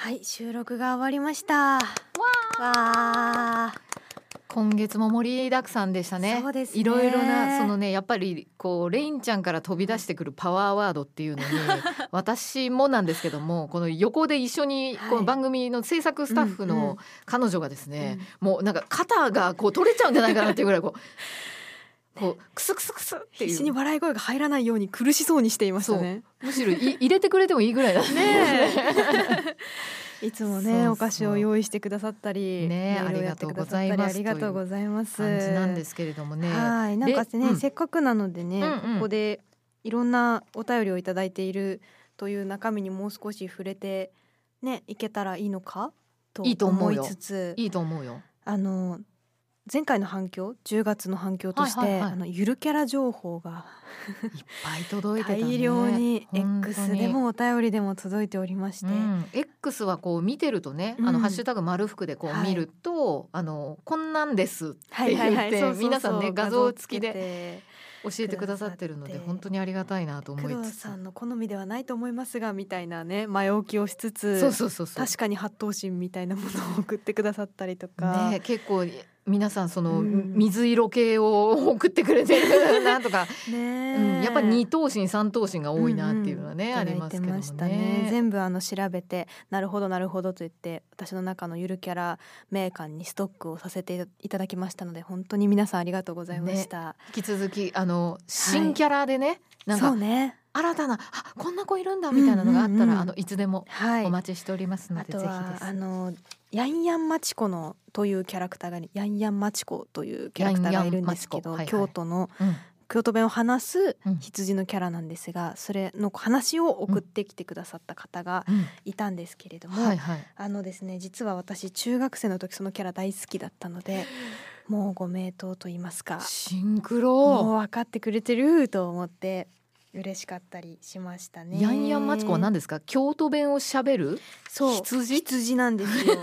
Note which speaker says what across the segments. Speaker 1: はい収録が終わりましたわあ
Speaker 2: 今月も盛りだくさんでしたね
Speaker 1: そうですね
Speaker 2: いろいろなそのねやっぱりこうレインちゃんから飛び出してくるパワーワードっ ていうのに私もなんですけどもこの横で一緒に
Speaker 1: はい
Speaker 2: この番組の制作スタッフ
Speaker 1: うんうん
Speaker 2: の彼女がですね、もうなんか肩がこう取れちゃうんじゃないかなっていうぐらい こうこうクスクスクスって
Speaker 1: 必
Speaker 2: い
Speaker 1: 死に
Speaker 2: う
Speaker 1: 笑い声が入らないように苦しそうにしていましたね
Speaker 2: むしろい入れてくれてもいいぐらいだ
Speaker 1: ねえいつも
Speaker 2: そう
Speaker 1: ね
Speaker 2: そう
Speaker 1: お菓子を用意してくださったり
Speaker 2: ねえ
Speaker 1: いろいろやってくださった
Speaker 2: ありがとうございます
Speaker 1: ありがとうございます
Speaker 2: 感じなんですけれどもね。
Speaker 1: はいなんか
Speaker 2: で
Speaker 1: ね、
Speaker 2: うん
Speaker 1: せっかくなのでね、
Speaker 2: うんうん
Speaker 1: ここでいろんなお便りをいただいているという中身にもう少し触れてねいけたらいいのかと
Speaker 2: いいと思
Speaker 1: 思
Speaker 2: う
Speaker 1: い
Speaker 2: よ
Speaker 1: つつ
Speaker 2: いいと思うよ。
Speaker 1: あの前回の反響10月の反響として、
Speaker 2: はいはいはい
Speaker 1: あのゆるキャラ情報が
Speaker 2: いっぱい届いてたね。
Speaker 1: 大量に
Speaker 2: 本当
Speaker 1: X でもお便りでも届いておりまして、
Speaker 2: うん、X はこう見てるとね、あ
Speaker 1: うん
Speaker 2: のハッシュタグ丸服でこ
Speaker 1: は
Speaker 2: う
Speaker 1: い
Speaker 2: 見ると、あのこんなんですって
Speaker 1: はいはいはい
Speaker 2: 言って
Speaker 1: そうそうそう
Speaker 2: 皆さんね画像付きで
Speaker 1: 画像つけて
Speaker 2: 教えてくださってるの
Speaker 1: くだ
Speaker 2: で
Speaker 1: さって
Speaker 2: 本当にありがたいなと思
Speaker 1: 工
Speaker 2: い
Speaker 1: 藤
Speaker 2: つつ
Speaker 1: さ、んの好みではないと思いますがみたいなね前置きをしつつ
Speaker 2: そうそうそうそう。
Speaker 1: 確かに発頭心みたいなものを送ってくださったりとか、
Speaker 2: ね、結構皆さんその
Speaker 1: うん
Speaker 2: 水色系を送ってくれ てるなとか、
Speaker 1: ね
Speaker 2: うん、やっぱ二等身三等身が多いなっていうのはね、
Speaker 1: うんうん
Speaker 2: ありますけど
Speaker 1: いただいて
Speaker 2: も
Speaker 1: ましたね
Speaker 2: ね。
Speaker 1: 全部あの調べてなるほどなるほどと言って私の中のゆるキャラ名鑑にストックをさせていただきましたので本当に皆さんありがとうございました、
Speaker 2: 引き続きあの新キャラでね、なん
Speaker 1: そう
Speaker 2: か
Speaker 1: ね
Speaker 2: 新たなあこんな子いるんだみたいなのがあっ
Speaker 1: う
Speaker 2: たら、
Speaker 1: んうんうん
Speaker 2: あのいつでも
Speaker 1: はい
Speaker 2: お待ちしておりますの
Speaker 1: あ
Speaker 2: で、
Speaker 1: と
Speaker 2: ぜひ
Speaker 1: は
Speaker 2: です
Speaker 1: あ。のヤンヤンマチコのというキャラクターがヤンヤンマチコというキャラクターがいるんですけど、
Speaker 2: ヤンヤンマチコはいは
Speaker 1: 京
Speaker 2: い
Speaker 1: 都の
Speaker 2: うん
Speaker 1: 京都弁を話す
Speaker 2: うん
Speaker 1: 羊のキャラなんですが、それの話を送ってきてくださった方がいたんですけれども、
Speaker 2: はいはい。
Speaker 1: あのですね実は私中学生の時そのキャラ大好きだったの でもうご名答と言いますか
Speaker 2: シンク
Speaker 1: もう
Speaker 2: ロ。
Speaker 1: 分かってくれてると思って嬉しかったりしましたね。
Speaker 2: ヤンヤンマチコは何ですか。京都弁を喋る。
Speaker 1: そう
Speaker 2: 羊
Speaker 1: 羊なんです よ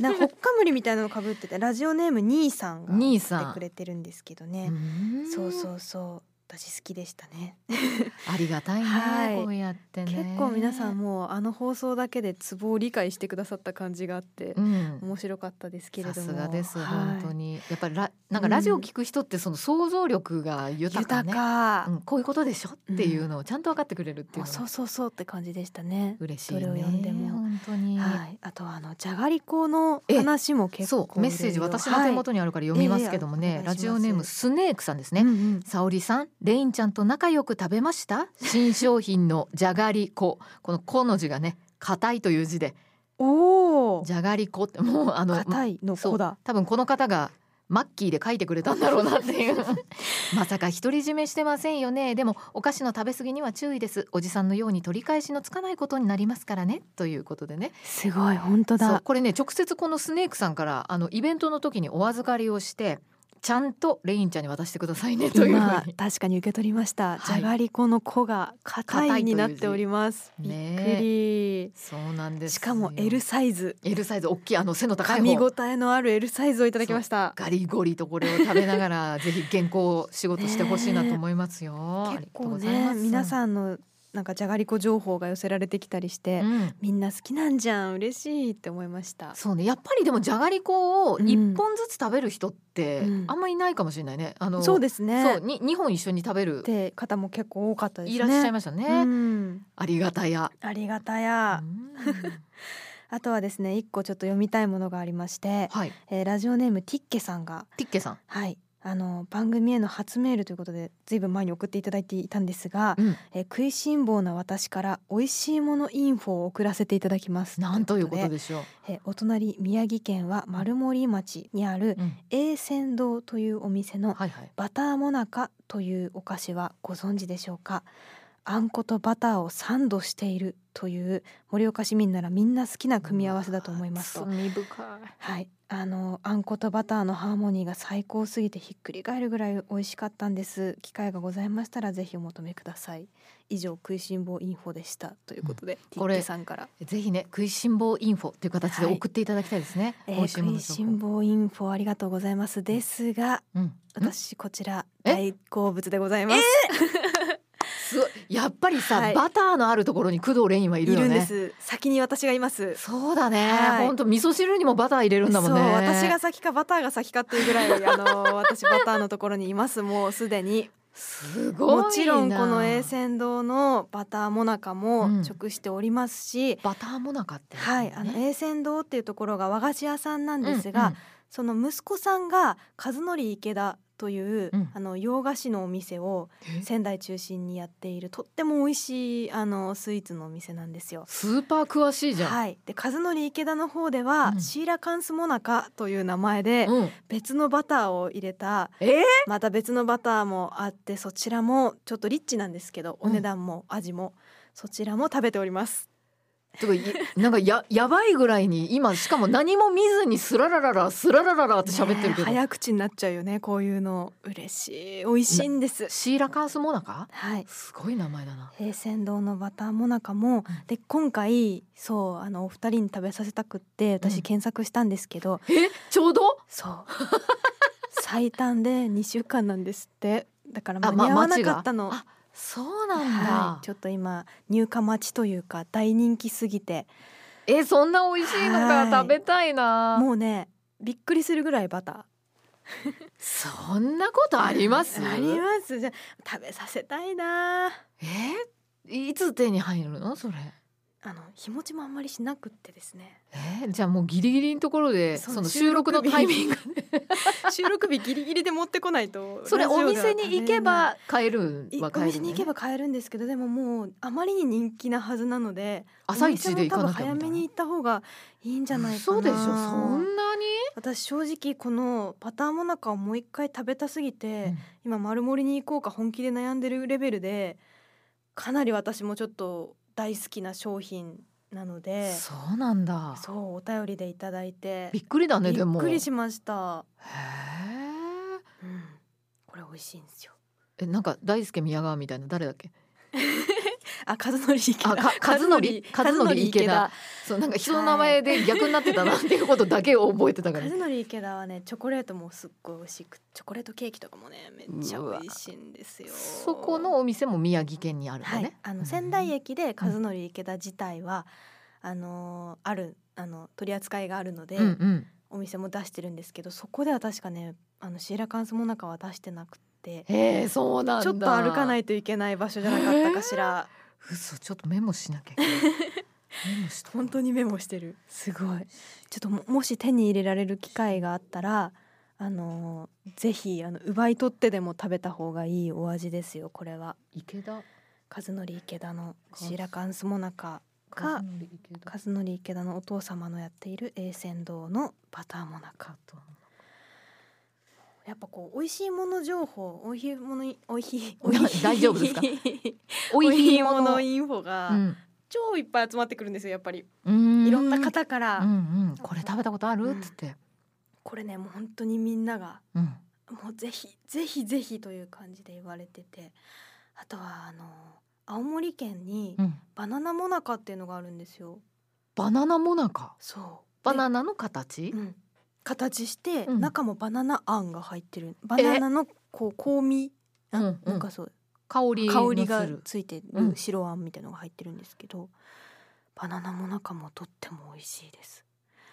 Speaker 1: なんかほっかむりみたいなのかぶっててラジオネーム兄さんが送
Speaker 2: 兄
Speaker 1: っ
Speaker 2: さ
Speaker 1: て
Speaker 2: ん
Speaker 1: くれてるんですけど
Speaker 2: う
Speaker 1: ね、
Speaker 2: ーん
Speaker 1: そうそうそう私好きでしたね
Speaker 2: ありがたい
Speaker 1: はい
Speaker 2: ね。こうやってね。
Speaker 1: 結構皆さん。もうあの放送だけでツボを理解してくださった感じがあって
Speaker 2: う、ん。
Speaker 1: 面白かったですけれ
Speaker 2: さ
Speaker 1: ども
Speaker 2: すがです、本当
Speaker 1: に
Speaker 2: にやっぱりラなんかラジオ聞く人ってその想像力が豊か
Speaker 1: 豊
Speaker 2: ね、
Speaker 1: か、
Speaker 2: うん、こういうことでしょっていうのをちゃんと分かってくれるってい
Speaker 1: もう
Speaker 2: うの
Speaker 1: そ
Speaker 2: が
Speaker 1: うそうそうって感じでしたね
Speaker 2: 嬉しいね
Speaker 1: どれを読んでも
Speaker 2: 本当に、
Speaker 1: はい、あとはあのじゃがりこの話も結構
Speaker 2: そうメッセージ私の手元にあるから読みますけども
Speaker 1: はい
Speaker 2: ね、
Speaker 1: ええお願
Speaker 2: ラ
Speaker 1: いします
Speaker 2: ジオネームスネークさんですね、
Speaker 1: ね、うんうん
Speaker 2: 沙織さん、レインちゃんと仲良く食べました。新商品のじゃがりこ、このこの字がね、硬いという字で、
Speaker 1: おお
Speaker 2: じゃがりこってもうあの。
Speaker 1: 硬いの
Speaker 2: そ
Speaker 1: 子
Speaker 2: う
Speaker 1: だ
Speaker 2: 多分この方がマッキーで書いてくれたんだろうなっ ていうまさか独り占めしてませんよねでもお菓子の食べ過ぎには注意ですおじさんのように取り返しのつかないことになりますからねということでね
Speaker 1: すごい本当
Speaker 2: そう
Speaker 1: だ
Speaker 2: これね直接このスネークさんからあのイベントの時にお預かりをしてちゃんとレインちゃんに渡してください ねというふう
Speaker 1: 今
Speaker 2: に
Speaker 1: 確かに受け取りました、
Speaker 2: は
Speaker 1: じ
Speaker 2: い
Speaker 1: ゃがりこの子が硬
Speaker 2: 硬
Speaker 1: い
Speaker 2: い
Speaker 1: になっております
Speaker 2: という字
Speaker 1: び
Speaker 2: ね
Speaker 1: っくり、
Speaker 2: そうなんで
Speaker 1: し
Speaker 2: すよ
Speaker 1: かも L サイズ
Speaker 2: L サイズ大きいあの背の高
Speaker 1: 噛
Speaker 2: い
Speaker 1: み
Speaker 2: 方
Speaker 1: 応えのある L サイズをいただきました
Speaker 2: ガリゴリとこれを食べながらぜひ原稿を仕事してほしいなと思いますよ、あ
Speaker 1: 結
Speaker 2: りがとう
Speaker 1: 構
Speaker 2: ござい
Speaker 1: ね
Speaker 2: ます
Speaker 1: 皆さんのなんかじゃがりこ情報が寄せられてきたりして、
Speaker 2: うん
Speaker 1: みんな好きなんじゃん嬉しいって思いました
Speaker 2: そうねやっぱりでもじゃがりこを
Speaker 1: うん
Speaker 2: 一本ずつ食べる人って
Speaker 1: うん
Speaker 2: あんまりいないかもしれないね、あの
Speaker 1: そうですね
Speaker 2: そうに二本一緒に食べる
Speaker 1: って方も結構多かったですね
Speaker 2: いらっしゃいましたね
Speaker 1: うん
Speaker 2: ありがたや、
Speaker 1: ありがたや
Speaker 2: う、ん
Speaker 1: あとはですね一個ちょっと読みたいものがありまして、
Speaker 2: はい
Speaker 1: えーラジオネームティッケさんが
Speaker 2: ティッケさん
Speaker 1: はい、 あの番組への初メールということでずいぶん前に送っていただいていたんですが、
Speaker 2: うん
Speaker 1: えー食いしん坊な私から美味しいものインフォを送らせていただきます
Speaker 2: なんということ
Speaker 1: で
Speaker 2: でしょう、
Speaker 1: えーお隣宮城県は丸森町にある
Speaker 2: うん
Speaker 1: 永泉堂というお店の
Speaker 2: はいはい
Speaker 1: バターもなかというお菓子はご存知でしょうかあんことバターをサンドしているという盛岡市民ならみんな好きな組み合わせだと思いますと
Speaker 2: 罪深い
Speaker 1: はい、あのあんことバターのハーモニーが最高すぎてひっくり返るぐらい美味しかったんです機会がございましたらぜひお求めください以上食いしん坊インフォでしたということで、ティ
Speaker 2: こ
Speaker 1: ッ
Speaker 2: れ
Speaker 1: ケさんから、
Speaker 2: ぜひね食いしん坊インフォという形で
Speaker 1: はい
Speaker 2: 送っていただきたいですね、
Speaker 1: え
Speaker 2: 美
Speaker 1: ー、
Speaker 2: 味しいも
Speaker 1: 食
Speaker 2: の
Speaker 1: い
Speaker 2: 情
Speaker 1: し
Speaker 2: 報
Speaker 1: ん坊インフォありがとうございますですが
Speaker 2: うん、
Speaker 1: 私こちら
Speaker 2: え
Speaker 1: 大好物でございます、
Speaker 2: すごいやっぱりさ、
Speaker 1: はい
Speaker 2: バターのあるところに工藤レインはいるよね
Speaker 1: いるんです先に私がいます
Speaker 2: そうだね、
Speaker 1: はい
Speaker 2: ほんと味噌汁にもバター入れるんだもんね
Speaker 1: そう私が先かバターが先かっていうぐらいあの私バターのところにいますもうすでに
Speaker 2: すごいな
Speaker 1: もちろんこの栄泉堂のバターもなか
Speaker 2: う
Speaker 1: も
Speaker 2: ん
Speaker 1: 直しておりますし、
Speaker 2: バターもなかってやつね、
Speaker 1: はいあの栄泉堂っていうところが和菓子屋さんなんです
Speaker 2: うん
Speaker 1: が、
Speaker 2: うん
Speaker 1: その息子さんが和則池田という、
Speaker 2: うん
Speaker 1: あの洋菓子のお店を
Speaker 2: え
Speaker 1: 仙台中心にやっているとっても美味しいあのスイーツのお店なんですよ。
Speaker 2: スーパー詳しいじゃん、
Speaker 1: はい、で和則池田の方では、
Speaker 2: うん
Speaker 1: シーラカンスモナカという名前で
Speaker 2: うん、
Speaker 1: 別のバターを入れた
Speaker 2: えー
Speaker 1: また別のバターもあってそちらもちょっとリッチなんですけど
Speaker 2: うん
Speaker 1: お値段も味も、そちらも食べております。
Speaker 2: とかいなんかややばいぐらいに今しかも何も見ずにスララララスララララって喋ってるけ
Speaker 1: ねえ
Speaker 2: ど、
Speaker 1: 早口になっちゃうよねこういうの嬉しい美味しいんです。
Speaker 2: シーラカンスモナカ
Speaker 1: はい
Speaker 2: すごい名前だな
Speaker 1: 平泉堂のバターもなかも、で今回そうあのお二人に食べさせたくって
Speaker 2: うん
Speaker 1: 私検索したんですけど、
Speaker 2: えちょうど
Speaker 1: そう 最短で2週間なんですってだから間
Speaker 2: ま
Speaker 1: に合わなかったの、
Speaker 2: 街があそうなんだ、
Speaker 1: はい、ちょっと今入荷待ちというか大人気すぎて
Speaker 2: えそんな美味しいのか
Speaker 1: はい
Speaker 2: 食べたいな
Speaker 1: もうねびっくりするぐらいバタ
Speaker 2: そんなことあります
Speaker 1: ーありますじゃあ食べさせたいなー
Speaker 2: えいつ手に入るのそれ
Speaker 1: あの日持ちもあんまりしなくってです ね
Speaker 2: えじゃあもうギリギリのところで
Speaker 1: そう
Speaker 2: その収録の
Speaker 1: 収録日
Speaker 2: タイミングで
Speaker 1: 収録日ギリギリで持ってこないと
Speaker 2: それお店に行け
Speaker 1: ラ
Speaker 2: ば買える
Speaker 1: ジオでは
Speaker 2: は
Speaker 1: 食べれないいお店に
Speaker 2: 買えるのね
Speaker 1: 行けば買えるんですけどでももうあまりに人気なはずなので
Speaker 2: 朝一で行かな
Speaker 1: お店
Speaker 2: きゃ
Speaker 1: も多分早
Speaker 2: みた
Speaker 1: め
Speaker 2: い
Speaker 1: に
Speaker 2: な
Speaker 1: 行った方がいいんじゃないかな
Speaker 2: そうでしょそんなに
Speaker 1: 私正直このバターもなかをもう一回食べたすぎて、
Speaker 2: うん
Speaker 1: 今丸森に行こうか本気で悩んでるレベルでかなり私もちょっと大好きな商品なので
Speaker 2: そうなんだ
Speaker 1: そうお便りでいただいて
Speaker 2: びっくりだね
Speaker 1: び
Speaker 2: で
Speaker 1: っ
Speaker 2: も
Speaker 1: くりしました、
Speaker 2: へー
Speaker 1: うん、これ美味しいんですよ
Speaker 2: えなんか大輔宮川みたいな誰だっけ
Speaker 1: あ和則池田
Speaker 2: あか和則和則池田そうなんか人の名前で逆になってたなっていうことだけを覚えてた
Speaker 1: 和
Speaker 2: から
Speaker 1: 則池田はねチョコレートもすっごい美味しくチョコレートケーキとかもねめっちゃ美味しいんですよ
Speaker 2: そこのお店も宮城県にあるのね、
Speaker 1: はい、あの仙台駅で和則池田自体は、あのーあるあの取り扱いがあるので、
Speaker 2: うんうん
Speaker 1: お店も出してるんですけどそこでは確かねあのシーラカンスもなかは出してなくて
Speaker 2: へえそうなんだ
Speaker 1: ちょっと歩かないいといけない場所じゃなかったかしら、
Speaker 2: 嘘ちょっとメモ しなきゃいけないメモしとこう
Speaker 1: 本当にメモしてるすごいちょっとももし手に入れられる機会があったらあのーぜひあの奪い取ってでも食べた方がいいお味ですよこれは
Speaker 2: 池田
Speaker 1: 和則池田のシーラカンスもなか
Speaker 2: 和
Speaker 1: か
Speaker 2: 則池田
Speaker 1: 和則池田のお父様のやっている栄泉堂のバターもなか
Speaker 2: と
Speaker 1: やっぱこう美味しいもの情報おいしいものいおいしい
Speaker 2: 大丈夫ですか
Speaker 1: お
Speaker 2: お
Speaker 1: い
Speaker 2: い
Speaker 1: し
Speaker 2: し
Speaker 1: い
Speaker 2: い
Speaker 1: も
Speaker 2: も
Speaker 1: の
Speaker 2: の
Speaker 1: インフォが
Speaker 2: うん
Speaker 1: 超いっぱい集まってくるんですよやっぱり
Speaker 2: うーん
Speaker 1: いろんな方から、
Speaker 2: うんうんこれ食べたことあるっつって
Speaker 1: これねもう本当にみんなが
Speaker 2: うん
Speaker 1: もうぜひぜひぜひという感じで言われててあとはあの青森県に
Speaker 2: うん
Speaker 1: バナナもなかっていうのがあるんですよ
Speaker 2: バナナもなか
Speaker 1: そう
Speaker 2: バナナの形
Speaker 1: でうん形して、
Speaker 2: うん
Speaker 1: 中もバナナあんが入ってるバナナのこう香味な,、
Speaker 2: うんんうん
Speaker 1: なんかそう
Speaker 2: 香りの
Speaker 1: 香り
Speaker 2: す
Speaker 1: が
Speaker 2: る
Speaker 1: ついて
Speaker 2: う
Speaker 1: る
Speaker 2: ん
Speaker 1: 白あんみたいのが入ってるんですけど、バナナも中もとっても美味しいです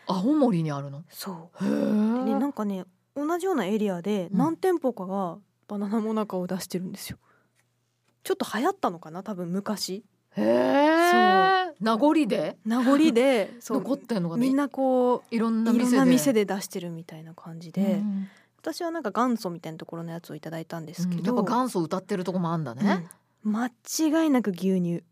Speaker 2: 青森にあるの
Speaker 1: そ
Speaker 2: へ
Speaker 1: うでねなん
Speaker 2: ー
Speaker 1: かね同じようなエリアで
Speaker 2: うん
Speaker 1: 何店舗かがバナナも中を出してるんですよちょっと流行ったのかな多分昔
Speaker 2: へえ名残で
Speaker 1: 名残 でそう
Speaker 2: 残ってんのが
Speaker 1: みんなこ
Speaker 2: いろん
Speaker 1: う
Speaker 2: ない
Speaker 1: ろんな店
Speaker 2: 店で
Speaker 1: で出してるみたいな感じで、
Speaker 2: うん
Speaker 1: 私はなんか元祖みたいなところのやつをいただいたんですけ
Speaker 2: うんやっ
Speaker 1: ど、
Speaker 2: ぱ元祖歌ってるとこもあんだね
Speaker 1: うん間違いなく牛乳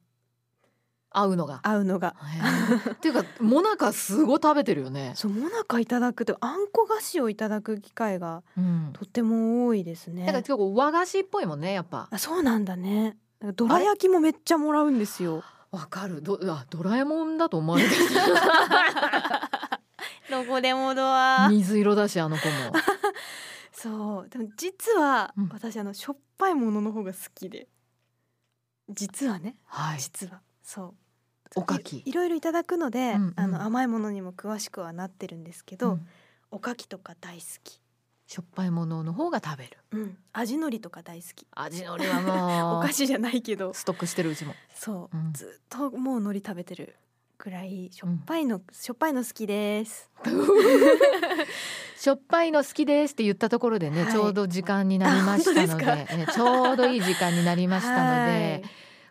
Speaker 2: 合うのが
Speaker 1: 合うのが
Speaker 2: へーっていうかモナカすごい食べてるよね。
Speaker 1: そうもなかいただくとあんこ菓子をいただく機会が
Speaker 2: うん、
Speaker 1: とても多いですね
Speaker 2: なんか結構和菓子っぽいもんねやっぱ。
Speaker 1: あそうなんだねなんかどら焼きもめっちゃもらうんですよ
Speaker 2: わかるどあドラえもんだと思われてる
Speaker 1: どこでもドア
Speaker 2: 水色だしあの子も。
Speaker 1: そうでも実は
Speaker 2: うん
Speaker 1: 私あのしょっぱいものの方が好きで実はね
Speaker 2: はい。
Speaker 1: 実はそう
Speaker 2: おかき
Speaker 1: いいろいろいただくので、
Speaker 2: うんうん
Speaker 1: あの甘いものにも詳しくはなってるんですけど、
Speaker 2: うん
Speaker 1: おかきとか大好き
Speaker 2: しょっぱいものの方が食べる
Speaker 1: うん、味のりとか大好き
Speaker 2: 味のりはも
Speaker 1: お
Speaker 2: う
Speaker 1: 菓子じゃないけ ど
Speaker 2: ストックしてるうちも
Speaker 1: そう、
Speaker 2: うん
Speaker 1: ずっともう海苔食べてるくらいしょっぱいの、しょっぱいの好きです
Speaker 2: しょっぱいの好きですって言ったところでね、
Speaker 1: はい
Speaker 2: ちょうど時間になりましたので
Speaker 1: あ本
Speaker 2: えちょうどいい時間になりましたので、
Speaker 1: はい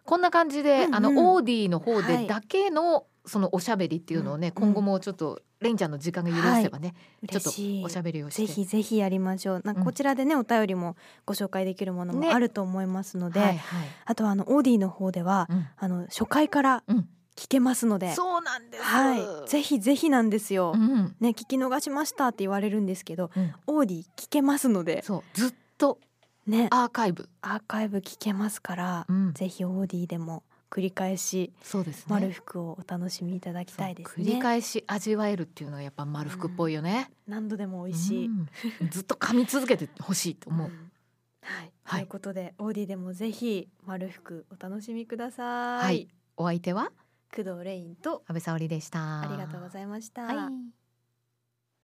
Speaker 2: こんな感じ
Speaker 1: う
Speaker 2: で、
Speaker 1: んうん
Speaker 2: あのオーディの方
Speaker 1: は
Speaker 2: で
Speaker 1: い
Speaker 2: だけの、そのおしゃべりっていうのをね、
Speaker 1: うん
Speaker 2: 今後もちょっとレンちゃんの時間が許せばね、ちょっと
Speaker 1: 嬉しい
Speaker 2: おしゃべりをして
Speaker 1: ぜひぜひやりましょうなんか
Speaker 2: うん
Speaker 1: こちらでね、お便りもご紹介できるもの
Speaker 2: ね
Speaker 1: もあると思いますので、
Speaker 2: はいはい
Speaker 1: あとはあのオーディの方では、
Speaker 2: うん
Speaker 1: あの初回から
Speaker 2: うん
Speaker 1: 聞けますので、
Speaker 2: そうなんです、
Speaker 1: はいぜひぜひなんですよ、
Speaker 2: うん
Speaker 1: ね聞き逃しましたって言われるんですけど
Speaker 2: うん、
Speaker 1: オーディ聞けますので
Speaker 2: そうずっと
Speaker 1: ね
Speaker 2: アーカイブ、
Speaker 1: アーカイブ聞けますから、
Speaker 2: うん、
Speaker 1: ぜひオーディでも繰り返し
Speaker 2: そうですね
Speaker 1: 丸福をお楽しみいただきたいです
Speaker 2: そう繰り
Speaker 1: ね
Speaker 2: 返し味わえるっていうのがやっぱ丸福っぽいよね、
Speaker 1: 何度でも美味しい、
Speaker 2: うんずっと噛み続けてほしいと思う、
Speaker 1: んはい、
Speaker 2: はい
Speaker 1: ということでオーディでもぜひ丸福お楽しみください、
Speaker 2: はいお相手は
Speaker 1: 工藤レインと
Speaker 2: 安倍沙織でした
Speaker 1: ありがとうございました、
Speaker 2: はい